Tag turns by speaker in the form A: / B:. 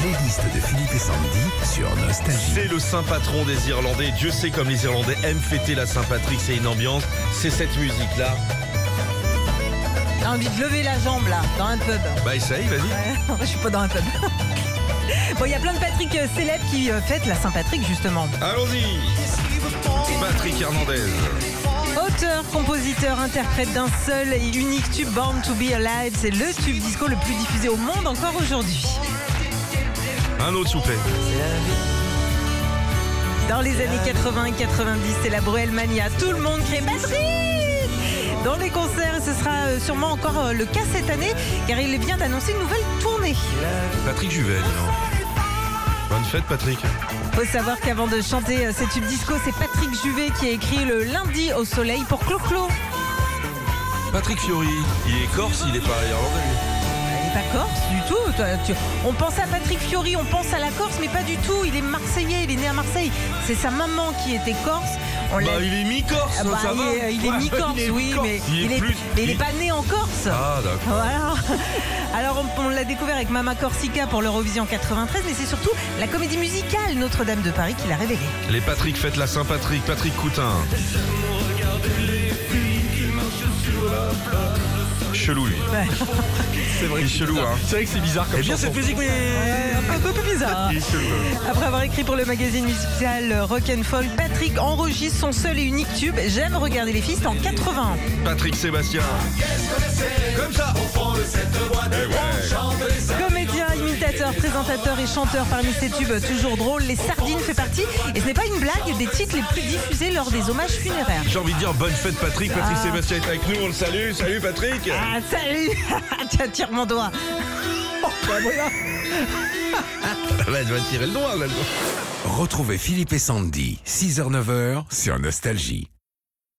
A: playlist de Philippe et Sandy sur Nostalgie.
B: C'est le saint patron des Irlandais. Dieu sait comme les Irlandais aiment fêter la Saint-Patrick. C'est une ambiance. C'est cette musique-là.
C: T'as envie de lever la jambe là, dans un pub.
B: Bah essaye, vas-y.
C: Ouais, je suis pas dans un pub. Bon, il y a plein de Patrick euh, célèbres qui euh, fêtent la Saint-Patrick justement.
B: Allons-y. Patrick Hernandez.
C: Auteur, compositeur, interprète d'un seul et unique tube Born to Be Alive, c'est le tube disco le plus diffusé au monde encore aujourd'hui.
B: Un autre souper.
C: Dans les années 80 et 90, c'est la Bruel Mania. Tout le monde crée Patrick Dans les concerts, ce sera euh, sûrement encore euh, le cas cette année, car il vient d'annoncer une nouvelle tournée.
B: Patrick Juvet, dis donc. Bonne fête, Patrick.
C: Faut savoir qu'avant de chanter euh, ces tubes disco, c'est Patrick Juvet qui a écrit le lundi au soleil pour Clo-Clo. Euh,
B: Patrick Fiori. Il est corse, il est pas irlandais. lui.
C: Il n'est pas corse du tout. Toi, tu- On pense à Patrick Fiori, on pense à la Corse, mais pas du tout. Il est marseillais, il est né à Marseille. C'est sa maman qui était corse. On l'a-
B: Bah, il est mi-corse,
C: Ah bah,
B: ça
C: il,
B: va.
C: est, il est
B: Ouais,
C: mi-corse,
B: il est
C: oui,
B: mi-corse.
C: mais
B: il est, plus.
C: mais il est pas né en Corse.
B: Ah, d'accord.
C: Voilà. Alors on, on l'a découvert avec Mama Corsica pour l'Eurovision 93, mais c'est surtout la comédie musicale Notre-Dame de Paris qui l'a révélé.
B: Les Patrick fêtent la Saint-Patrick. Patrick Coutin. Chelou, lui. C'est vrai. Il est chelou, hein.
D: C'est vrai que c'est bizarre comme
B: Eh bien, cette musique, mais.
C: Un peu, un peu bizarre. hein.
B: Il est chelou.
C: Après avoir écrit pour le magazine musical Rock'n'Fall, Patrick enregistre son seul et unique tube J'aime regarder les fistes en 80.
B: Patrick Sébastien. Comme ça. Eh ouais.
C: Comédien, imitateur, présentateur et chanteur parmi ses tubes toujours drôles, Les Sardines fait partie, et ce n'est pas une blague, des titres les plus diffusés lors des hommages funéraires.
B: J'ai envie de dire bonne fête Patrick,
D: Ah.
B: Patrick Sébastien est avec nous, on le salue, salut Patrick
C: Ah, salut Tiens, tire mon doigt
B: Là elle va tirer le doigt là, le doigt.
A: Retrouvez Philippe et Sandy, 6h-9h sur Nostalgie.